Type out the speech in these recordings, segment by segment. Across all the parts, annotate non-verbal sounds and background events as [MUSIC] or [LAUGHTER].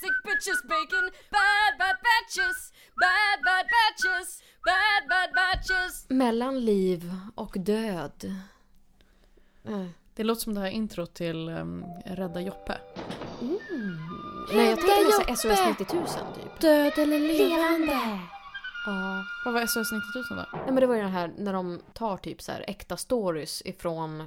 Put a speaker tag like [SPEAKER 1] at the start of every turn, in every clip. [SPEAKER 1] sandwiches, bacon, bad bad batches, bad bad batches, bad bad batches.
[SPEAKER 2] Mellan liv och död. Eh,
[SPEAKER 3] Det låter som det här introt till ehm, Rädda Joppe.
[SPEAKER 2] Nej, jag tänkte mest SOS 90 000 typ.
[SPEAKER 3] Död eller leva.
[SPEAKER 2] Levande! Ja.
[SPEAKER 3] Vad var SOS 90 000 då?
[SPEAKER 2] Nej men det var ju den här när de tar typ så här äkta stories ifrån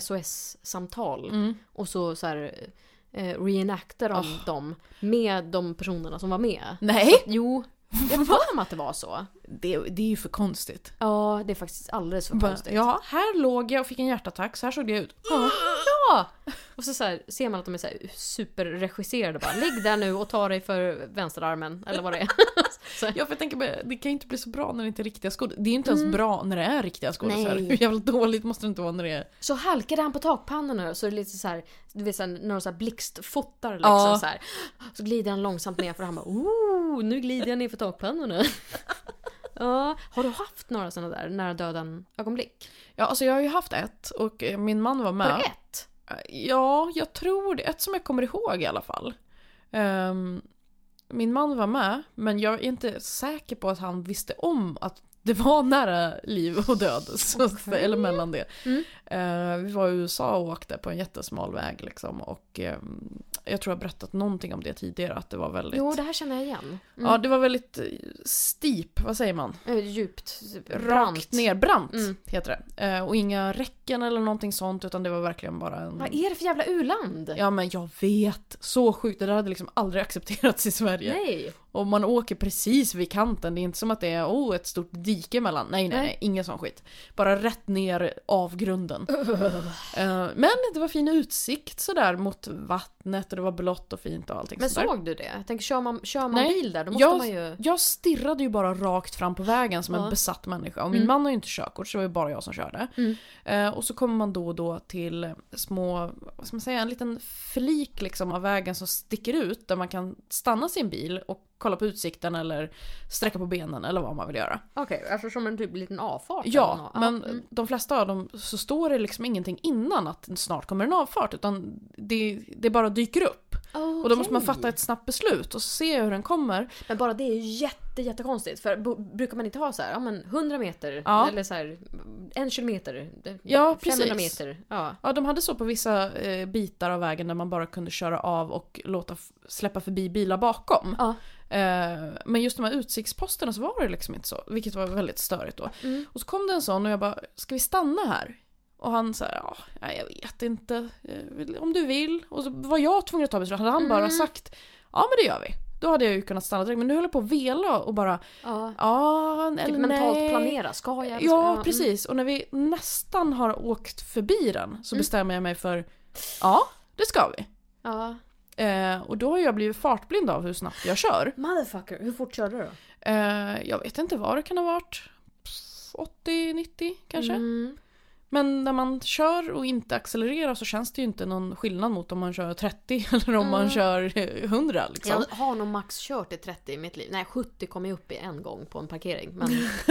[SPEAKER 2] SOS-samtal.
[SPEAKER 3] Mm.
[SPEAKER 2] Och så, så här eh, reenactar de dem med de personerna som var med.
[SPEAKER 3] Nej!
[SPEAKER 2] Jo, jag har för mig att det var så.
[SPEAKER 3] Det, det är ju för konstigt.
[SPEAKER 2] Ja, det är faktiskt alldeles för
[SPEAKER 3] Bara,
[SPEAKER 2] konstigt.
[SPEAKER 3] Ja, här låg jag och fick en hjärtattack, så här såg det ut.
[SPEAKER 2] Ja. ja! Och så, så här, ser man att de är så här superregisserade bara. Ligg där nu och ta dig för vänsterarmen eller vad det är.
[SPEAKER 3] Ja, för jag tänker bara, det kan ju inte bli så bra när det inte är riktiga skådisar. Det är ju inte ens bra när det är riktiga skådisar.
[SPEAKER 2] Nej.
[SPEAKER 3] Hur jävla dåligt måste det inte vara när det är...
[SPEAKER 2] Så halkade han på takpannorna och så är det lite så här, du vet så här, när de så här blixtfotar liksom
[SPEAKER 3] Ja.
[SPEAKER 2] så här. Så glider han långsamt ner för han bara ooh, nu glider jag ner för takpannorna. [LAUGHS] ja, har du haft några sådana där nära döden ögonblick?
[SPEAKER 3] Ja, alltså jag har ju haft ett och eh, min man var med.
[SPEAKER 2] Var det ett?
[SPEAKER 3] Ja, jag tror det. Ett som jag kommer ihåg i alla fall. Ehm, min man var med, men jag är inte säker på att han visste om att det var nära liv och död. Så, att säga, Eller mellan det.
[SPEAKER 2] Mm.
[SPEAKER 3] Ehm, vi var i USA och åkte på en jättesmal väg. Liksom, och ehm, Jag tror jag har berättat någonting om det tidigare, att det var väldigt...
[SPEAKER 2] Jo, det här känner jag igen. Mm.
[SPEAKER 3] Ja, det var väldigt eh, steep, vad säger man?
[SPEAKER 2] Eh, Djupt,
[SPEAKER 3] Rakt
[SPEAKER 2] brant.
[SPEAKER 3] ner, brant
[SPEAKER 2] Mm.
[SPEAKER 3] heter det. Eh, och inga räcken eller någonting sånt, utan det var verkligen bara en...
[SPEAKER 2] Vad är det för jävla uland?
[SPEAKER 3] Ja men jag vet, så sjukt. Det där hade liksom aldrig [LAUGHS] accepterats i Sverige.
[SPEAKER 2] Nej.
[SPEAKER 3] Och man åker precis vid kanten, det är inte som att det är oh, ett stort dike mellan. Nej nej,
[SPEAKER 2] Nej.
[SPEAKER 3] nej ingen sån skit. Bara rätt ner av
[SPEAKER 2] [LAUGHS]
[SPEAKER 3] grunden. Eh, men det var fin utsikt sådär mot vattnet och det var blått och fint och allting
[SPEAKER 2] Men
[SPEAKER 3] sådär.
[SPEAKER 2] såg du det? Jag tänker, kör man, kör man
[SPEAKER 3] Nej.
[SPEAKER 2] bil där då måste
[SPEAKER 3] Jag-
[SPEAKER 2] man ju...
[SPEAKER 3] Jag stirrade ju bara rakt fram på vägen som en
[SPEAKER 2] Ja.
[SPEAKER 3] besatt människa. Och min
[SPEAKER 2] Mm.
[SPEAKER 3] man har ju inte körkort så det var ju bara jag som körde.
[SPEAKER 2] Mm.
[SPEAKER 3] Eh, och så kommer man då och då till små, vad ska man säga, en liten flik liksom av vägen som sticker ut där man kan stanna sin bil och kolla på utsikten eller sträcka på benen eller vad man vill göra.
[SPEAKER 2] Okej, alltså som en typ liten avfart? eller
[SPEAKER 3] Ja,
[SPEAKER 2] något.
[SPEAKER 3] men
[SPEAKER 2] mm.
[SPEAKER 3] de flesta av dem så står det liksom ingenting innan att snart kommer en avfart utan det, det bara dyker upp. Och då måste man
[SPEAKER 2] mm. Okej.
[SPEAKER 3] fatta ett snabbt beslut och se hur den kommer.
[SPEAKER 2] Men bara det är ju jätte, jättekonstigt. För bo- brukar man inte ha så här, ja men 100 meter
[SPEAKER 3] Ja.
[SPEAKER 2] eller så här, en kilometer,
[SPEAKER 3] Ja,
[SPEAKER 2] 500
[SPEAKER 3] precis.
[SPEAKER 2] meter. Ja.
[SPEAKER 3] Ja, de hade så på vissa eh, bitar av vägen där man bara kunde köra av och låta f- släppa förbi bilar bakom.
[SPEAKER 2] Ja.
[SPEAKER 3] Eh, men just de här utsiktsposterna så var det liksom inte så, vilket var väldigt störigt då.
[SPEAKER 2] Mm.
[SPEAKER 3] Och så kom det en sån och jag bara, ska vi stanna här? Och han så här, "Ja, nej jag vet inte, Eh, vill- om du vill. Och så var jag tvungen att ta beslut, hade han bara
[SPEAKER 2] Mm.
[SPEAKER 3] sagt, ja men det gör vi. Då hade jag ju kunnat stanna direkt, men nu höll jag på att vela och bara,
[SPEAKER 2] ja.
[SPEAKER 3] ja eller
[SPEAKER 2] Typ
[SPEAKER 3] nej.
[SPEAKER 2] mentalt planera, ska jag? mm. eller Ska jag?
[SPEAKER 3] Ja, precis. Och när vi nästan har åkt förbi den så bestämmer jag mig för ja, det ska vi.
[SPEAKER 2] Mm. Ja.
[SPEAKER 3] Eh, och då har jag blivit fartblind av hur snabbt jag kör.
[SPEAKER 2] Motherfucker, hur fort körde du då?
[SPEAKER 3] Eh, jag vet inte vad det kan ha varit. 80-90 kanske.
[SPEAKER 2] Mm.
[SPEAKER 3] Men när man kör och inte accelererar så känns det ju inte någon skillnad mot om man kör 30 [LAUGHS] eller om man kör eh, 100 liksom.
[SPEAKER 2] Jag har nog max kört i 30 i mitt liv. Nej, 70 kom jag upp i en gång på en parkering. Men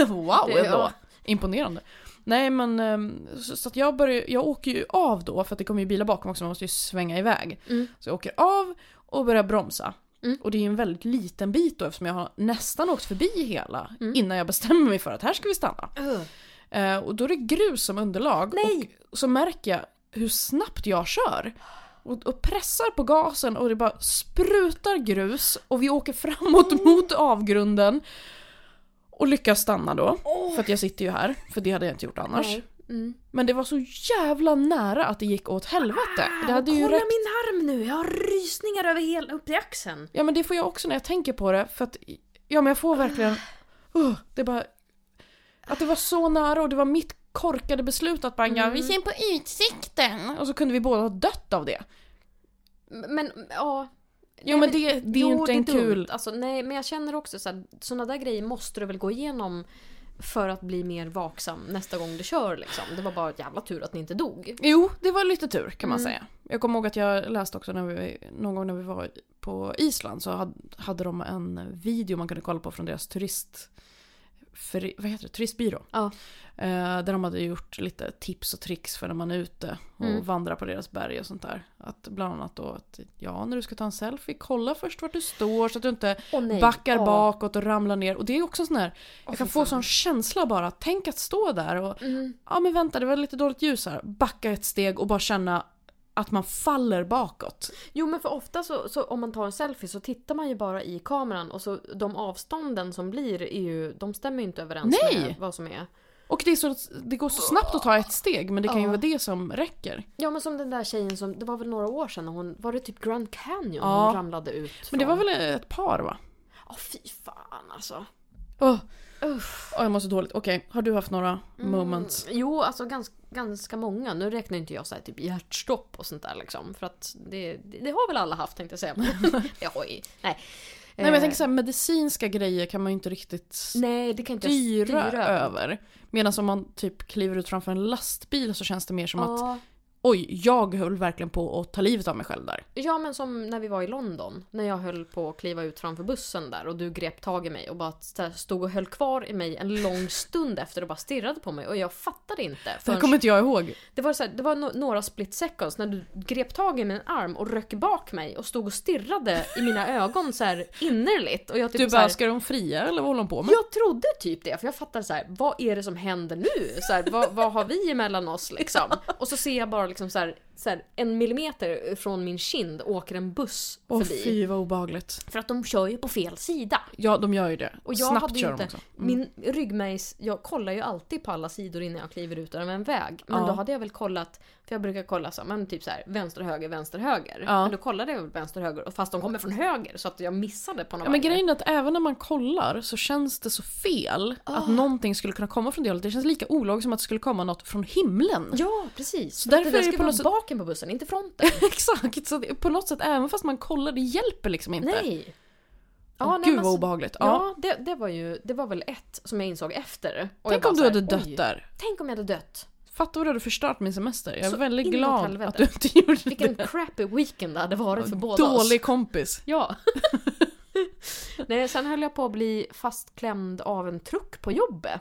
[SPEAKER 3] wow
[SPEAKER 2] Det-
[SPEAKER 3] ändå!
[SPEAKER 2] ja.
[SPEAKER 3] Imponerande. Nej men ehm, så, så att jag, börjar, jag åker ju av då för att det kommer ju bilar bakom också man måste ju svänga iväg.
[SPEAKER 2] Mm.
[SPEAKER 3] Så jag åker av och börjar bromsa.
[SPEAKER 2] Mm.
[SPEAKER 3] Och det är ju en väldigt liten bit då eftersom jag har nästan åkt förbi hela
[SPEAKER 2] Mm.
[SPEAKER 3] innan jag bestämmer mig för att här ska vi stanna.
[SPEAKER 2] [LAUGHS] Ugh.
[SPEAKER 3] Eh, och då är det grus som underlag
[SPEAKER 2] Nej!
[SPEAKER 3] och så märker jag hur snabbt jag kör. Och, och pressar på gasen och det bara sprutar grus och vi åker framåt
[SPEAKER 2] Mm.
[SPEAKER 3] mot avgrunden. Och lyckas stanna då. För att jag sitter ju här, för det hade jag inte gjort annars.
[SPEAKER 2] Nej. Mm.
[SPEAKER 3] Men det var så jävla nära att det gick åt helvete. Det hade ju
[SPEAKER 2] Ah, Kolla
[SPEAKER 3] räckt...
[SPEAKER 2] min arm nu, jag har rysningar över hela, upp i axeln.
[SPEAKER 3] Ja men det får jag också när jag tänker på det för att ja men jag får verkligen
[SPEAKER 2] Ah.
[SPEAKER 3] uh, det är bara att det var så nära och det var mitt korkade beslut att bara ja, vi
[SPEAKER 2] Mm.
[SPEAKER 3] ser på utsikten och så kunde vi båda ha dött av det.
[SPEAKER 2] Men ja.
[SPEAKER 3] Jo men det, det är ju
[SPEAKER 2] Jo,
[SPEAKER 3] inte en
[SPEAKER 2] det är dumt.
[SPEAKER 3] kul...
[SPEAKER 2] Alltså, nej, men jag känner också så här, såna där grejer måste du väl gå igenom för att bli mer vaksam nästa gång du kör liksom. Det var bara jävla tur att ni inte dog.
[SPEAKER 3] Jo, det var lite tur kan man
[SPEAKER 2] Mm.
[SPEAKER 3] säga. Jag kommer ihåg att jag läste också när vi, någon gång när vi var på Island så hade, hade de en video man kunde kolla på från deras turist för, vad heter det, turistbyrå.
[SPEAKER 2] Ja.
[SPEAKER 3] Eh, där de hade gjort lite tips och tricks för när man är ute och
[SPEAKER 2] Mm.
[SPEAKER 3] vandrar på deras berg och sånt där. Att bland annat då att ja, när du ska ta en selfie, kolla först vart du står så att du inte
[SPEAKER 2] Åh, nej.
[SPEAKER 3] backar
[SPEAKER 2] Ja.
[SPEAKER 3] bakåt och ramlar ner. Och det är också en sån här, jag
[SPEAKER 2] fy
[SPEAKER 3] kan få
[SPEAKER 2] fan.
[SPEAKER 3] sån känsla bara, tänk att stå där och
[SPEAKER 2] Mm.
[SPEAKER 3] ja men vänta det var lite dåligt ljus här, backa ett steg och bara känna att man faller bakåt.
[SPEAKER 2] Jo men för ofta så, så om man tar en selfie så tittar man ju bara i kameran och så de avstånden som blir är ju, de stämmer ju inte överens
[SPEAKER 3] Nej!
[SPEAKER 2] med vad som är.
[SPEAKER 3] Och det, är så, det går så snabbt att ta ett steg men det kan ju
[SPEAKER 2] Ja.
[SPEAKER 3] vara det som räcker.
[SPEAKER 2] Ja men som den där tjejen som, det var väl några år sedan när hon, var det typ Grand Canyon
[SPEAKER 3] Ja.
[SPEAKER 2] hon ramlade ut
[SPEAKER 3] Men det var väl ett par va?
[SPEAKER 2] Ja fy fan alltså.
[SPEAKER 3] Åh,
[SPEAKER 2] Uff.
[SPEAKER 3] åh, jag mår så dåligt. Okej, har du haft några moments?
[SPEAKER 2] Mm, jo alltså ganska, ganska många. Nu räknar inte jag så här, typ hjärtstopp och sånt där liksom. För att det, det, det har väl alla haft tänkte jag säga. [LAUGHS] det har ju, nej. Eh,
[SPEAKER 3] Nej men jag tänker såhär, medicinska grejer kan man ju inte riktigt
[SPEAKER 2] Nej det kan inte jag
[SPEAKER 3] styra,
[SPEAKER 2] styra
[SPEAKER 3] över. Medan om man typ kliver ut framför en lastbil så känns det mer som att
[SPEAKER 2] Ja.
[SPEAKER 3] oj, jag höll verkligen på att ta livet av mig själv där.
[SPEAKER 2] Ja men som när vi var i London. När jag höll på att kliva ut framför bussen där och du grep tag i mig och bara så här stod och höll kvar i mig en lång stund [LAUGHS] efter och bara stirrade på mig och jag fattade inte.
[SPEAKER 3] Det här
[SPEAKER 2] Förrän,
[SPEAKER 3] kommer inte jag ihåg.
[SPEAKER 2] det var, så här, det var no- några split seconds när du grep tag i min arm och röck bak mig och stod och stirrade
[SPEAKER 3] [LAUGHS]
[SPEAKER 2] i mina ögon så här innerligt. Och jag typ
[SPEAKER 3] Du
[SPEAKER 2] så här,
[SPEAKER 3] bara, ska de fria eller vad håller de på med?
[SPEAKER 2] jag trodde typ det, för jag fattade så här: vad är det som händer nu? Så här, vad, vad har vi
[SPEAKER 3] [LAUGHS]
[SPEAKER 2] emellan oss liksom? Och så ser jag bara liksom så här, så här, en millimeter från min kind åker en buss
[SPEAKER 3] Åh
[SPEAKER 2] förbi.
[SPEAKER 3] fy vad obehagligt.
[SPEAKER 2] För att de kör ju på fel sida.
[SPEAKER 3] Ja, de gör ju det.
[SPEAKER 2] Och jag
[SPEAKER 3] Snabbt
[SPEAKER 2] hade ju
[SPEAKER 3] kör
[SPEAKER 2] inte,
[SPEAKER 3] de också. Mm.
[SPEAKER 2] min ryggmärgs, jag kollar ju alltid på alla sidor innan jag kliver ut över en väg. Men
[SPEAKER 3] Ja.
[SPEAKER 2] då hade jag väl kollat, för jag brukar kolla så, här, men typ så här, vänster, höger, vänster, höger.
[SPEAKER 3] Ja.
[SPEAKER 2] Men då kollade jag väl vänster, höger, och fast de kommer från höger så att jag missade på någon
[SPEAKER 3] Ja, men
[SPEAKER 2] väg.
[SPEAKER 3] grejen är att även när man kollar så känns det så fel
[SPEAKER 2] Ah.
[SPEAKER 3] att någonting skulle kunna komma från det hållet. Det känns lika ologiskt som att det skulle komma något från himlen.
[SPEAKER 2] Ja, precis. Så
[SPEAKER 3] därför
[SPEAKER 2] därför det
[SPEAKER 3] är
[SPEAKER 2] där
[SPEAKER 3] det på
[SPEAKER 2] ska vara
[SPEAKER 3] något sätt-
[SPEAKER 2] baken på bussen, inte fronten.
[SPEAKER 3] [LAUGHS] Exakt! Så det, på något sätt, även fast man kollar, det hjälper liksom inte.
[SPEAKER 2] Nej.
[SPEAKER 3] Åh,
[SPEAKER 2] Ja, nej,
[SPEAKER 3] Gud
[SPEAKER 2] men
[SPEAKER 3] vad
[SPEAKER 2] så-
[SPEAKER 3] obehagligt. Ja.
[SPEAKER 2] Ja, det, det var ju, det var väl ett som jag insåg efter. Och jag
[SPEAKER 3] Tänk
[SPEAKER 2] bara
[SPEAKER 3] om du
[SPEAKER 2] så här,
[SPEAKER 3] hade dött
[SPEAKER 2] "Oj,
[SPEAKER 3] där.
[SPEAKER 2] Tänk om jag hade dött.
[SPEAKER 3] Fatta vad du hade förstört min semester. Jag är
[SPEAKER 2] Så
[SPEAKER 3] väldigt
[SPEAKER 2] inåt
[SPEAKER 3] glad
[SPEAKER 2] helvete.
[SPEAKER 3] att du inte gjorde [LAUGHS]
[SPEAKER 2] Vilken
[SPEAKER 3] det.
[SPEAKER 2] crappy weekend det hade varit för båda oss.
[SPEAKER 3] Dålig kompis.
[SPEAKER 2] Ja. Nej, sen höll jag på att bli fastklämd av en truck på jobbet.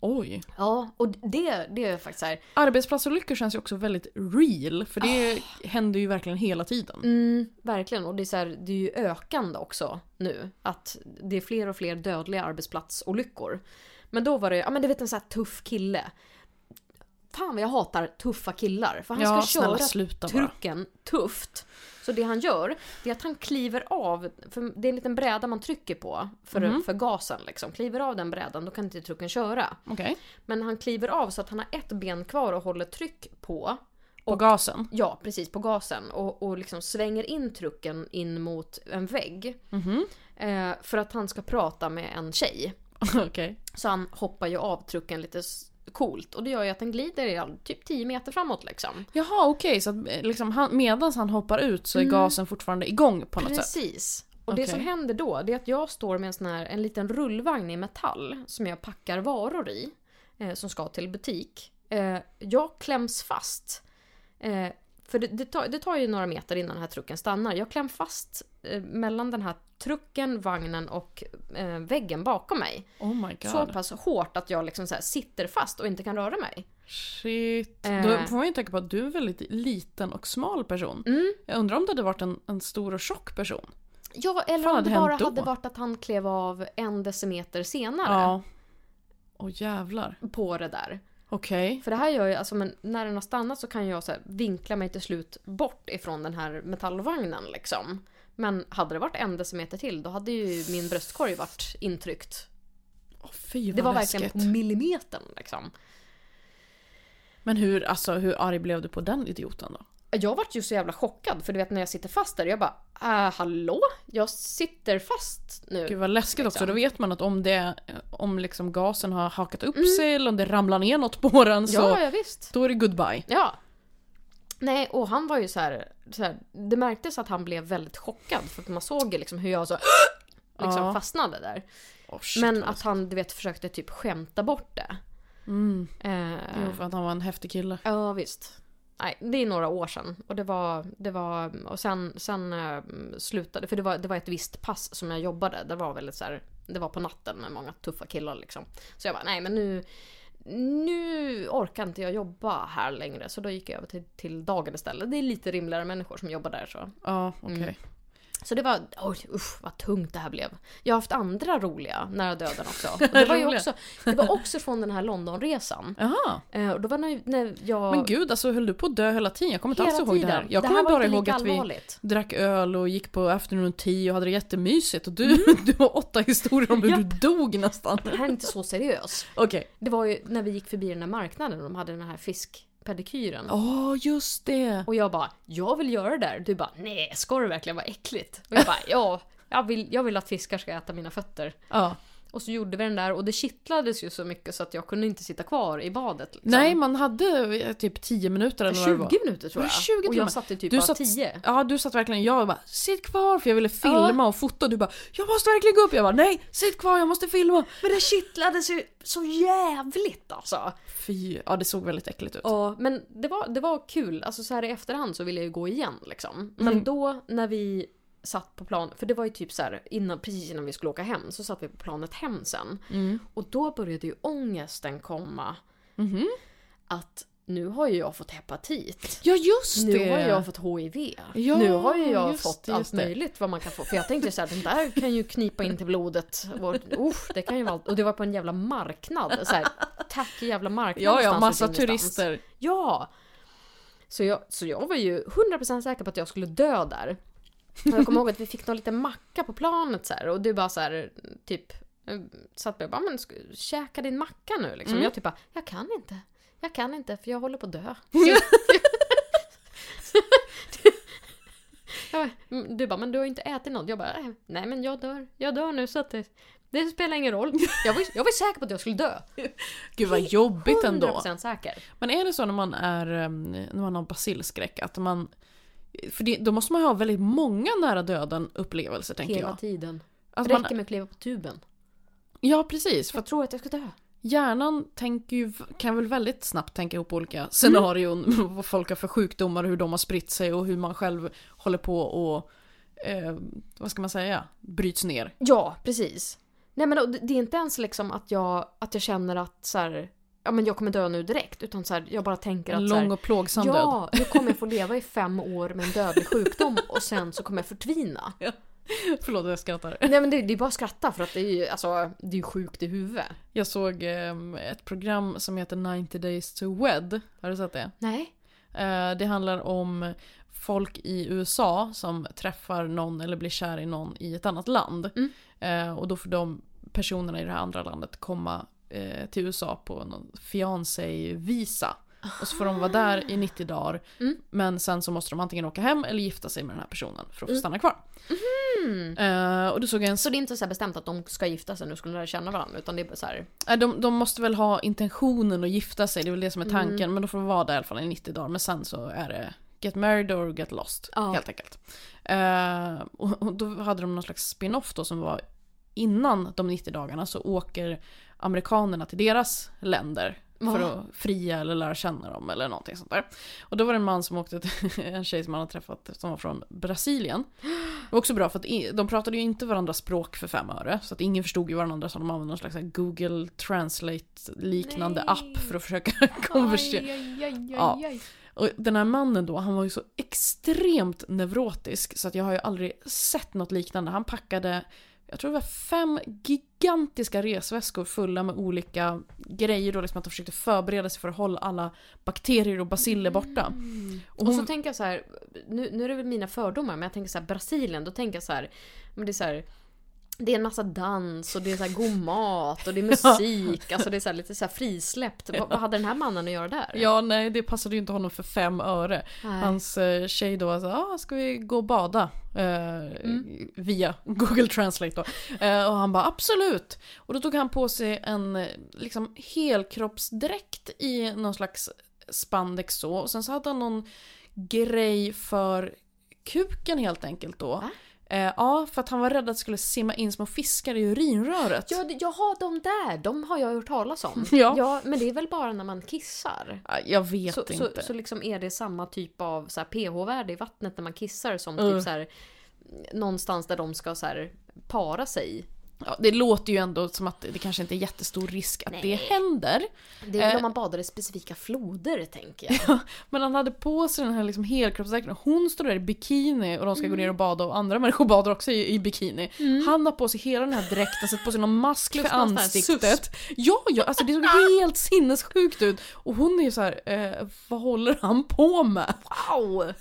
[SPEAKER 3] Oj.
[SPEAKER 2] Ja, och det, det är faktiskt så här.
[SPEAKER 3] Arbetsplatsolyckor känns ju också väldigt real, för det händer ju verkligen hela tiden.
[SPEAKER 2] Ah. Mm, verkligen. Och det är, så här, det är ju ökande också nu. Att det är fler och fler dödliga arbetsplatsolyckor. Men då var det, ja men du vet en sån här tuff kille. Fan vad jag hatar tuffa killar. För han
[SPEAKER 3] ja,
[SPEAKER 2] ska
[SPEAKER 3] snälla
[SPEAKER 2] köra
[SPEAKER 3] sluta bara.
[SPEAKER 2] trucken tufft. Så det han gör, det är att han kliver av, för det är en liten bräda man trycker på för, för gasen liksom. Kliver av den brädan, då kan inte trucken köra.
[SPEAKER 3] Okej.
[SPEAKER 2] Men han kliver av så att han har ett ben kvar och håller tryck på.
[SPEAKER 3] På gasen.
[SPEAKER 2] Ja, precis, på gasen. Och, och liksom svänger in trucken in mot en vägg. [LAUGHS] Eh, för att han ska prata med en tjej.
[SPEAKER 3] Okej.
[SPEAKER 2] Så han hoppar ju av trucken lite s- coolt. Och det gör ju att den glider i all- typ 10 meter framåt liksom.
[SPEAKER 3] Jaha okej, så att eh, liksom han, medans han hoppar ut så är gasen fortfarande igång på något sätt?
[SPEAKER 2] Mm. Precis. Och det
[SPEAKER 3] Okej.
[SPEAKER 2] som händer då det är att jag står med en sån här en liten rullvagn i metall som jag packar varor i eh, som ska till butik. Eh, jag kläms fast. Eh, för det, det, tar, det tar ju några meter innan den här trucken stannar. Jag kläms fast eh, mellan den här trucken, vagnen och eh, väggen bakom mig.
[SPEAKER 3] Oh my god.
[SPEAKER 2] Så pass hårt att jag liksom så här sitter fast och inte kan röra mig.
[SPEAKER 3] Shit.
[SPEAKER 2] Eh.
[SPEAKER 3] Då får man ju tänka på att du är en väldigt liten och smal person.
[SPEAKER 2] Mm.
[SPEAKER 3] Jag undrar om det hade varit en, en stor och tjock person?
[SPEAKER 2] Ja, eller
[SPEAKER 3] Fan,
[SPEAKER 2] om
[SPEAKER 3] hade
[SPEAKER 2] det
[SPEAKER 3] hänt
[SPEAKER 2] bara
[SPEAKER 3] då?
[SPEAKER 2] hade varit att han klev av en decimeter senare
[SPEAKER 3] Ja. Åh jävlar.
[SPEAKER 2] på det där.
[SPEAKER 3] Okej.
[SPEAKER 2] För det här gör ju, alltså men när den har stannat så kan jag så här vinkla mig till slut bort ifrån den här metallvagnen liksom. Men hade det varit en decimeter till då hade ju min bröstkorg varit intryckt.
[SPEAKER 3] Åh fy vad
[SPEAKER 2] Det var
[SPEAKER 3] läskigt.
[SPEAKER 2] verkligen på millimetern liksom.
[SPEAKER 3] Men hur, alltså, hur arg blev du på den idioten då?
[SPEAKER 2] Jag vart ju så jävla chockad för du vet när jag sitter fast där jag bara äh, hallå? Jag sitter fast nu.
[SPEAKER 3] Gud vad läskigt också,
[SPEAKER 2] Liksom.
[SPEAKER 3] då vet man att om, det, om liksom gasen har hakat upp sig eller om det ramlar ner något på den så
[SPEAKER 2] Mm. ja, ja visst.
[SPEAKER 3] då är det goodbye.
[SPEAKER 2] Ja. Nej, och han var ju så här, så här det märktes att han blev väldigt chockad för att man såg ju liksom hur jag så [GASPS] liksom
[SPEAKER 3] Ja.
[SPEAKER 2] fastnade där.
[SPEAKER 3] Åh, shit,
[SPEAKER 2] Men
[SPEAKER 3] vad
[SPEAKER 2] att han du vet försökte typ skämta bort det.
[SPEAKER 3] Mm.
[SPEAKER 2] Eh,
[SPEAKER 3] Jo, för att han var en häftig kille.
[SPEAKER 2] Ja visst. nej, det är några år sedan. Och det var, det var, och sen, sen eh, slutade, för det var, det var ett visst pass som jag jobbade. Det var väldigt så här, det var på natten med många tuffa killar liksom. Så jag bara, nej men nu, nu orkar inte jag jobba här längre. Så då gick jag över till, till dagen istället. Det är lite rimligare människor som jobbar där så.
[SPEAKER 3] Ja, okej.
[SPEAKER 2] Så det var, oj usch vad tungt det här blev. Jag har haft andra roliga nära döden
[SPEAKER 3] [LAUGHS]
[SPEAKER 2] också. Och det, var ju
[SPEAKER 3] Roliga.
[SPEAKER 2] också det var också från den här Londonresan.
[SPEAKER 3] Jaha.
[SPEAKER 2] Eh, och då var när, när jag...
[SPEAKER 3] Men gud, alltså höll du på att dö hela tiden? Jag kommer inte
[SPEAKER 2] hela
[SPEAKER 3] alls ihåg det här.
[SPEAKER 2] tiden.
[SPEAKER 3] Jag
[SPEAKER 2] Det
[SPEAKER 3] kommer
[SPEAKER 2] här var
[SPEAKER 3] bara
[SPEAKER 2] inte
[SPEAKER 3] ihåg
[SPEAKER 2] lika
[SPEAKER 3] att vi
[SPEAKER 2] allvarligt.
[SPEAKER 3] drack öl och gick på afternoon tea och hade det jättemysigt. Och du, [LAUGHS]
[SPEAKER 2] Mm.
[SPEAKER 3] du har åtta historier om hur du dog nästan.
[SPEAKER 2] Det här är inte så seriös.
[SPEAKER 3] Okej.
[SPEAKER 2] Det var ju när vi gick förbi den här marknaden och de hade den här fiskpedikyren.
[SPEAKER 3] Åh, just det.
[SPEAKER 2] Och jag bara, jag vill göra det där. Du bara, nej ska det verkligen vara äckligt? Och jag bara, ja, jag vill, jag vill att fiskar ska äta mina fötter.
[SPEAKER 3] Ja.
[SPEAKER 2] Och så gjorde vi den där och det kittlades ju så mycket så att jag kunde inte sitta kvar i badet. Liksom.
[SPEAKER 3] Nej, man hade eh, typ 10 minuter eller vad det
[SPEAKER 2] 20
[SPEAKER 3] var.
[SPEAKER 2] minuter tror
[SPEAKER 3] Var det
[SPEAKER 2] jag.
[SPEAKER 3] 20
[SPEAKER 2] och
[SPEAKER 3] timmar?
[SPEAKER 2] jag satt i typ
[SPEAKER 3] Du
[SPEAKER 2] bara
[SPEAKER 3] satt-
[SPEAKER 2] 10.
[SPEAKER 3] Ja, du satt verkligen, jag bara sitt kvar för jag ville filma och fota. Du bara jag måste verkligen gå upp. Jag bara nej, sitt kvar jag måste filma.
[SPEAKER 2] Men det kittlades ju så jävligt alltså.
[SPEAKER 3] Fy, ja det såg väldigt äckligt ut.
[SPEAKER 2] Ja, men det var, det var kul. Alltså så här i efterhand så ville jag ju gå igen liksom. Men då när vi satt på plan, för det var ju typ så här innan, precis innan vi skulle åka hem så satt vi på planet hem sen. Och då började ju ångesten komma
[SPEAKER 3] Mhm.
[SPEAKER 2] att nu har ju jag fått hepatit.
[SPEAKER 3] Ja just
[SPEAKER 2] Nu
[SPEAKER 3] det.
[SPEAKER 2] har jag fått HIV.
[SPEAKER 3] Ja,
[SPEAKER 2] nu har ju jag
[SPEAKER 3] just
[SPEAKER 2] fått
[SPEAKER 3] det,
[SPEAKER 2] allt
[SPEAKER 3] just det.
[SPEAKER 2] möjligt vad man kan få. För jag tänkte så här, den där kan ju knipa in till blodet. Och, usch, det kan ju vara allt. Och det var på en jävla marknad. Så här, tack jävla marknad.
[SPEAKER 3] Ja, ja,
[SPEAKER 2] någonstans
[SPEAKER 3] massa
[SPEAKER 2] ute i ingenstans.
[SPEAKER 3] turister.
[SPEAKER 2] Ja! Så jag, så jag var ju 100% säker på att jag skulle dö där. Och jag kommer ihåg att vi fick någon liten macka på planet så här, och du bara så här, typ eh, satt med och bara men sk- käka din macka nu liksom.
[SPEAKER 3] Mm.
[SPEAKER 2] Jag typ bara, jag kan inte. Jag kan inte för jag håller på att dö. [LAUGHS] Jag bara, "Mm, Du bara, men du har ju inte ätit något. Jag bara, "Eh, nej men jag dör. Jag dör nu så att det, det spelar ingen roll. Jag var, jag var säker på att jag skulle dö.
[SPEAKER 3] Gud vad jobbigt ändå.
[SPEAKER 2] 100% säker.
[SPEAKER 3] Men är det så när man är em, när man har basilskräck att man för det, då måste man ju ha väldigt många nära döden upplevelser tänker
[SPEAKER 2] Hela
[SPEAKER 3] jag.
[SPEAKER 2] tiden.
[SPEAKER 3] Att
[SPEAKER 2] räcker
[SPEAKER 3] man,
[SPEAKER 2] med att kliva på tuben.
[SPEAKER 3] ja precis, för
[SPEAKER 2] Jag
[SPEAKER 3] att
[SPEAKER 2] tror att jag ska dö.
[SPEAKER 3] hjärnan tänker ju, kan väl väldigt snabbt tänka ihop olika scenarion
[SPEAKER 2] Mm.
[SPEAKER 3] [LAUGHS] vad folk har för sjukdomar och hur de har spritt sig och hur man själv håller på och eh, vad ska man säga, bryts ner.
[SPEAKER 2] Ja, precis. Nej men och det det är inte ens liksom att jag, att jag känner att så här, ja men jag kommer dö nu direkt. Utan så här, jag bara tänker
[SPEAKER 3] En
[SPEAKER 2] att så här,
[SPEAKER 3] lång och plågsam död.
[SPEAKER 2] Ja, nu kommer jag få leva i fem år med en dödlig
[SPEAKER 3] [LAUGHS]
[SPEAKER 2] sjukdom och sen så kommer jag förtvina.
[SPEAKER 3] Förlåt jag skrattar.
[SPEAKER 2] Nej men det, det är bara att skratta för att det är ju alltså, det är ju sjukt i huvudet.
[SPEAKER 3] Jag såg em, ett program som heter 90 Days to Wed. Har du sett det?
[SPEAKER 2] Nej.
[SPEAKER 3] Eh, Det handlar om folk i USA som träffar någon eller blir kär i någon i ett annat land.
[SPEAKER 2] Mm.
[SPEAKER 3] Eh, Och då får de personerna i det här andra landet komma eh, till USA på någon fiancé-visa. Och så får de vara där i 90 dagar.
[SPEAKER 2] Ah. Mm.
[SPEAKER 3] Men sen så måste de antingen åka hem eller gifta sig med den här personen för att få stanna kvar.
[SPEAKER 2] Mm.
[SPEAKER 3] Eh, Och då såg jag en...
[SPEAKER 2] Så det är inte så här bestämt att de ska gifta sig nu ska de lära känna varandra utan det är bara så här,
[SPEAKER 3] eh, De, de måste väl ha intentionen att gifta sig, det är väl det som är tanken. Men då får de vara där i alla fall i 90 dagar. Men sen så är det get married or get lost.
[SPEAKER 2] Ja.
[SPEAKER 3] Helt enkelt. Eh, och, och då hade de någon slags spin-off då som var innan de 90 dagarna så åker amerikanerna till deras länder för
[SPEAKER 2] Ja.
[SPEAKER 3] att fria eller lära känna dem eller någonting sånt där. Och då var det en man som åkte till [LAUGHS] en tjej som han hade träffat som var från Brasilien. Det var också bra för att i- de pratade ju inte varandras språk för fem öre så att ingen förstod ju varandra så de använde någon slags så här Google Translate-liknande
[SPEAKER 2] Nej.
[SPEAKER 3] app för att försöka [LAUGHS] konversera.
[SPEAKER 2] aj, aj, aj,
[SPEAKER 3] Ja.
[SPEAKER 2] aj.
[SPEAKER 3] Och den här mannen då, han var ju så extremt neurotisk så att jag har ju aldrig sett något liknande. Han packade, jag tror det var fem gigantiska resväskor fulla med olika grejer då liksom att de försökte förbereda sig för att hålla alla bakterier och baciller borta. Och
[SPEAKER 2] Mm. Och så
[SPEAKER 3] hon,
[SPEAKER 2] tänker jag så här, nu, nu är det väl mina fördomar, men jag tänker så här Brasilien, då tänker jag så här, men det är så här det är en massa dans och det är så här god
[SPEAKER 3] [LAUGHS]
[SPEAKER 2] mat och det är musik, alltså det är så här lite så här frisläppt. Vad, vad hade den här mannen att göra där?
[SPEAKER 3] ja nej det passade ju inte honom för fem öre.
[SPEAKER 2] Nej.
[SPEAKER 3] Hans eh, tjej då sa, ah, ska vi gå och bada? Eh,
[SPEAKER 2] Mm.
[SPEAKER 3] Via [LAUGHS] Google Translate då. Eh, och han bara absolut. Och då tog han på sig en eh, liksom, helkroppsdräkt i någon slags spandex så. Och sen så hade han någon grej för kuken helt enkelt då.
[SPEAKER 2] Va?
[SPEAKER 3] Eh, ja, för att han var rädd att det skulle simma in små fiskar i urinröret.
[SPEAKER 2] Ja, det- jaha, de där, de har jag hört talas om.
[SPEAKER 3] [LAUGHS] Ja.
[SPEAKER 2] men det är väl bara när man kissar?
[SPEAKER 3] Ja, Jag vet
[SPEAKER 2] Så, så,
[SPEAKER 3] inte.
[SPEAKER 2] så liksom är det samma typ av så här pH-värde i vattnet när man kissar som
[SPEAKER 3] Mm.
[SPEAKER 2] typ så här, någonstans där de ska så här, para sig.
[SPEAKER 3] Ja, det låter ju ändå som att det kanske inte är jättestor risk att det
[SPEAKER 2] Nej.
[SPEAKER 3] händer.
[SPEAKER 2] Det är väl
[SPEAKER 3] Eh.
[SPEAKER 2] om man badar i specifika floder tänker jag.
[SPEAKER 3] Men han hade på sig den här liksom helkroppsdräkten och hon står där i bikini och de ska
[SPEAKER 2] Mm.
[SPEAKER 3] gå ner och bada och andra människor badar också i, i bikini. Han har på sig hela den här dräkten, sätter på sig någon mask för
[SPEAKER 2] Klustrar Mm. sån här Ah!
[SPEAKER 3] ansiktet. Ja, ja, alltså
[SPEAKER 2] [LAUGHS]
[SPEAKER 3] det såg helt sinnessjukt ut. Och hon är ju så här, eh, vad håller han på med?
[SPEAKER 2] Wow!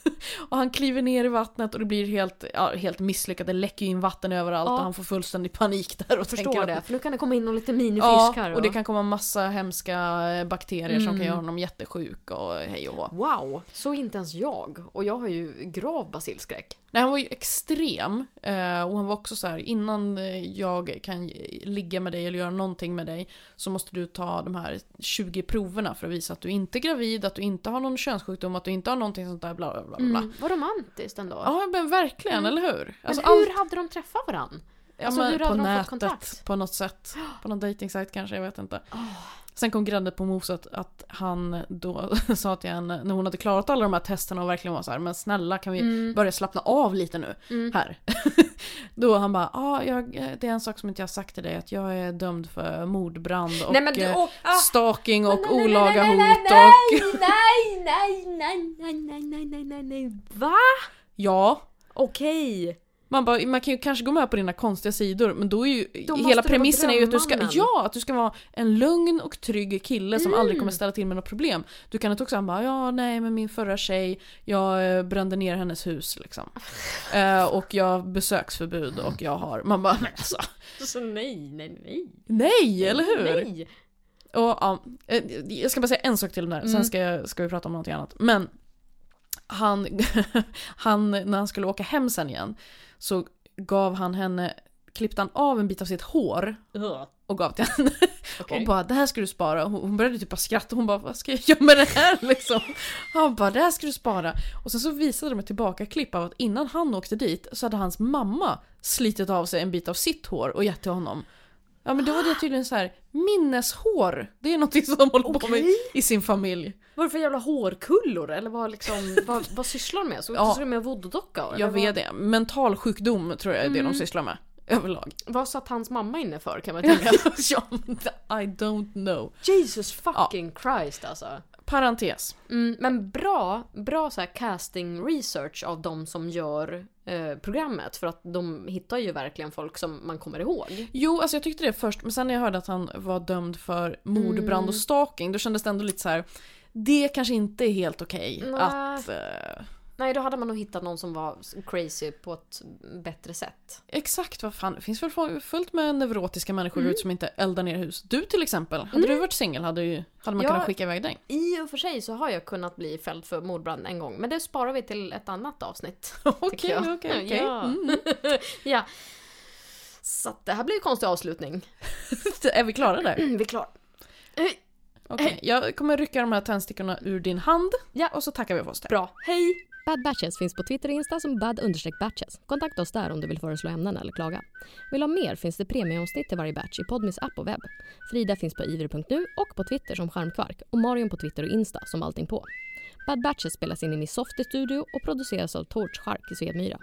[SPEAKER 3] Och han kliver ner i vattnet och det blir helt, ja, helt misslyckat, det läcker ju in vatten överallt
[SPEAKER 2] Ja.
[SPEAKER 3] och han får fullständig panik där och tänker
[SPEAKER 2] Förstår
[SPEAKER 3] att
[SPEAKER 2] det, för nu kan det komma in någon liten minifiskar.
[SPEAKER 3] Ja, och det kan komma massa hemska eh, bakterier som kan
[SPEAKER 2] Mm.
[SPEAKER 3] göra honom jättesjuk och hej och hå.
[SPEAKER 2] Wow, så inte ens jag. Och jag har ju grav basilskräck.
[SPEAKER 3] Nej, han var ju extrem. eh, Och han var också så här, innan eh, jag kan eh, ligga med dig eller göra någonting med dig så måste du ta de här 20 proverna för att visa att du inte är gravid, att du inte har någon könssjukdom, att du inte har någonting sånt där bla bla bla. bla.
[SPEAKER 2] Mm. Vad romantiskt ändå.
[SPEAKER 3] Ja, men verkligen, eller hur? Alltså,
[SPEAKER 2] men hur
[SPEAKER 3] allt-
[SPEAKER 2] hade de träffat varann?
[SPEAKER 3] ja,
[SPEAKER 2] alltså,
[SPEAKER 3] men
[SPEAKER 2] hur
[SPEAKER 3] på
[SPEAKER 2] hade de fått
[SPEAKER 3] nätet,
[SPEAKER 2] kontakt?
[SPEAKER 3] på något sätt. På någon dejtingsajt kanske, jag vet inte.
[SPEAKER 2] Oh.
[SPEAKER 3] Sen kom grädde på moset att han då [LAUGHS] sa till henne när hon hade klarat alla de här testerna och verkligen var så här, men snälla kan vi
[SPEAKER 2] Mm.
[SPEAKER 3] börja slappna av lite nu
[SPEAKER 2] Mm.
[SPEAKER 3] här. [LAUGHS] då han bara, ah, jag, det är en sak som inte jag har sagt till dig att jag är dömd för mordbrand och
[SPEAKER 2] Nej men du,
[SPEAKER 3] eh,
[SPEAKER 2] åh, ah.
[SPEAKER 3] stalking och
[SPEAKER 2] Nej, nej,
[SPEAKER 3] olaga
[SPEAKER 2] nej,
[SPEAKER 3] hot
[SPEAKER 2] nej,
[SPEAKER 3] och...
[SPEAKER 2] Nej, nej, nej, nej, nej, nej, nej, nej, nej, va?
[SPEAKER 3] Ja.
[SPEAKER 2] Okej.
[SPEAKER 3] Man, bara, man kan ju kanske gå med på dina konstiga sidor men då är ju
[SPEAKER 2] Då måste
[SPEAKER 3] hela
[SPEAKER 2] det vara
[SPEAKER 3] premissen är ju att du, ska,
[SPEAKER 2] drömmannen.
[SPEAKER 3] ja, att du ska vara en lugn och trygg kille som aldrig
[SPEAKER 2] Mm.
[SPEAKER 3] kommer ställa till med något problem. Du kan inte också bara ja nej men min förra tjej, jag eh, brände ner hennes hus
[SPEAKER 2] [LAUGHS]
[SPEAKER 3] liksom. eh, och jag har besöksförbud och jag har, man bara men alltså,
[SPEAKER 2] Så nej, nej, nej.
[SPEAKER 3] nej eller hur?
[SPEAKER 2] Nej.
[SPEAKER 3] Och, ja, eh, jag ska bara säga en sak till om det här, sen ska, jag, ska vi prata om någonting annat. Men han, [LAUGHS] han, när han skulle åka hem sen igen så gav han henne, klippte han av en bit av sitt hår och gav till henne.
[SPEAKER 2] Okej.
[SPEAKER 3] Och bara det här ska du spara. Hon hon började typ bara skratta, hon bara vad ska jag göra med det här [LAUGHS] liksom? Han bara det här ska du spara. Och sen så visade de ett tillbakaklipp av att innan han åkte dit så hade hans mamma slitit av sig en bit av sitt hår och gett till honom. Ja men då var det tydligen så här minneshår. Det är någonting som de håller på med
[SPEAKER 2] Okej.
[SPEAKER 3] i sin familj.
[SPEAKER 2] Vad är det för jävla hårkullor eller
[SPEAKER 3] [LAUGHS]
[SPEAKER 2] vad liksom, vad, vad sysslar de med? Så
[SPEAKER 3] Ja.
[SPEAKER 2] sysslar de med voodoo-docka? eller
[SPEAKER 3] Jag
[SPEAKER 2] vad-
[SPEAKER 3] vet det. Mental sjukdom tror jag är
[SPEAKER 2] Mm.
[SPEAKER 3] det de sysslar med.
[SPEAKER 2] [LAUGHS]
[SPEAKER 3] Överlag.
[SPEAKER 2] Vad satt hans mamma inne för kan
[SPEAKER 3] [LAUGHS]
[SPEAKER 2] man tänka?
[SPEAKER 3] ja, men I don't know.
[SPEAKER 2] Jesus fucking Christ alltså.
[SPEAKER 3] Parentes.
[SPEAKER 2] Mm, men bra, bra så här casting research av de som gör eh, programmet för att de hittar ju verkligen folk som man kommer ihåg.
[SPEAKER 3] Jo, alltså jag tyckte det först, men sen när jag hörde att han var dömd för mord,
[SPEAKER 2] Mm.
[SPEAKER 3] brand och stalking, då kändes det ändå lite så här. det kanske inte är helt okej
[SPEAKER 2] Nej.
[SPEAKER 3] att... Eh,
[SPEAKER 2] Nej, då hade man nog hittat någon som var crazy på ett bättre sätt.
[SPEAKER 3] exakt, vad fan, det finns väl folk- fullt med neurotiska människor
[SPEAKER 2] Mm.
[SPEAKER 3] ut som inte eldar ner hus. Du till exempel, hade du varit singel hade, ju- hade man
[SPEAKER 2] Ja.
[SPEAKER 3] kunnat skicka iväg dig.
[SPEAKER 2] I och för sig så har jag kunnat bli fälld för mordbrand en gång, men det sparar vi till ett annat avsnitt. [LAUGHS]
[SPEAKER 3] [LAUGHS]
[SPEAKER 2] tycker
[SPEAKER 3] Okej,
[SPEAKER 2] jag.
[SPEAKER 3] okej, okej.
[SPEAKER 2] Ja.
[SPEAKER 3] Mm.
[SPEAKER 2] ja. Så att det här blir ju konstig avslutning.
[SPEAKER 3] [LAUGHS] Är vi klara där?
[SPEAKER 2] Mm, vi är klara.
[SPEAKER 3] Okej, jag kommer rycka de här tändstickorna ur din hand
[SPEAKER 2] Ja.
[SPEAKER 3] och så tackar vi för oss där.
[SPEAKER 2] Bra, hej!
[SPEAKER 4] Bad Batches finns på Twitter och Insta som bad-batches. Kontakta oss där om du vill föreslå ämnen eller klaga. Vill du ha mer finns det premieomsnitt till varje batch i Podmis app och webb. Frida finns på ivr.nu och på Twitter som Charmkvark och Marion på Twitter och Insta som allting på. Bad Batches spelas in i Miss Softy studio och produceras av Torch Shark i Svedmyra.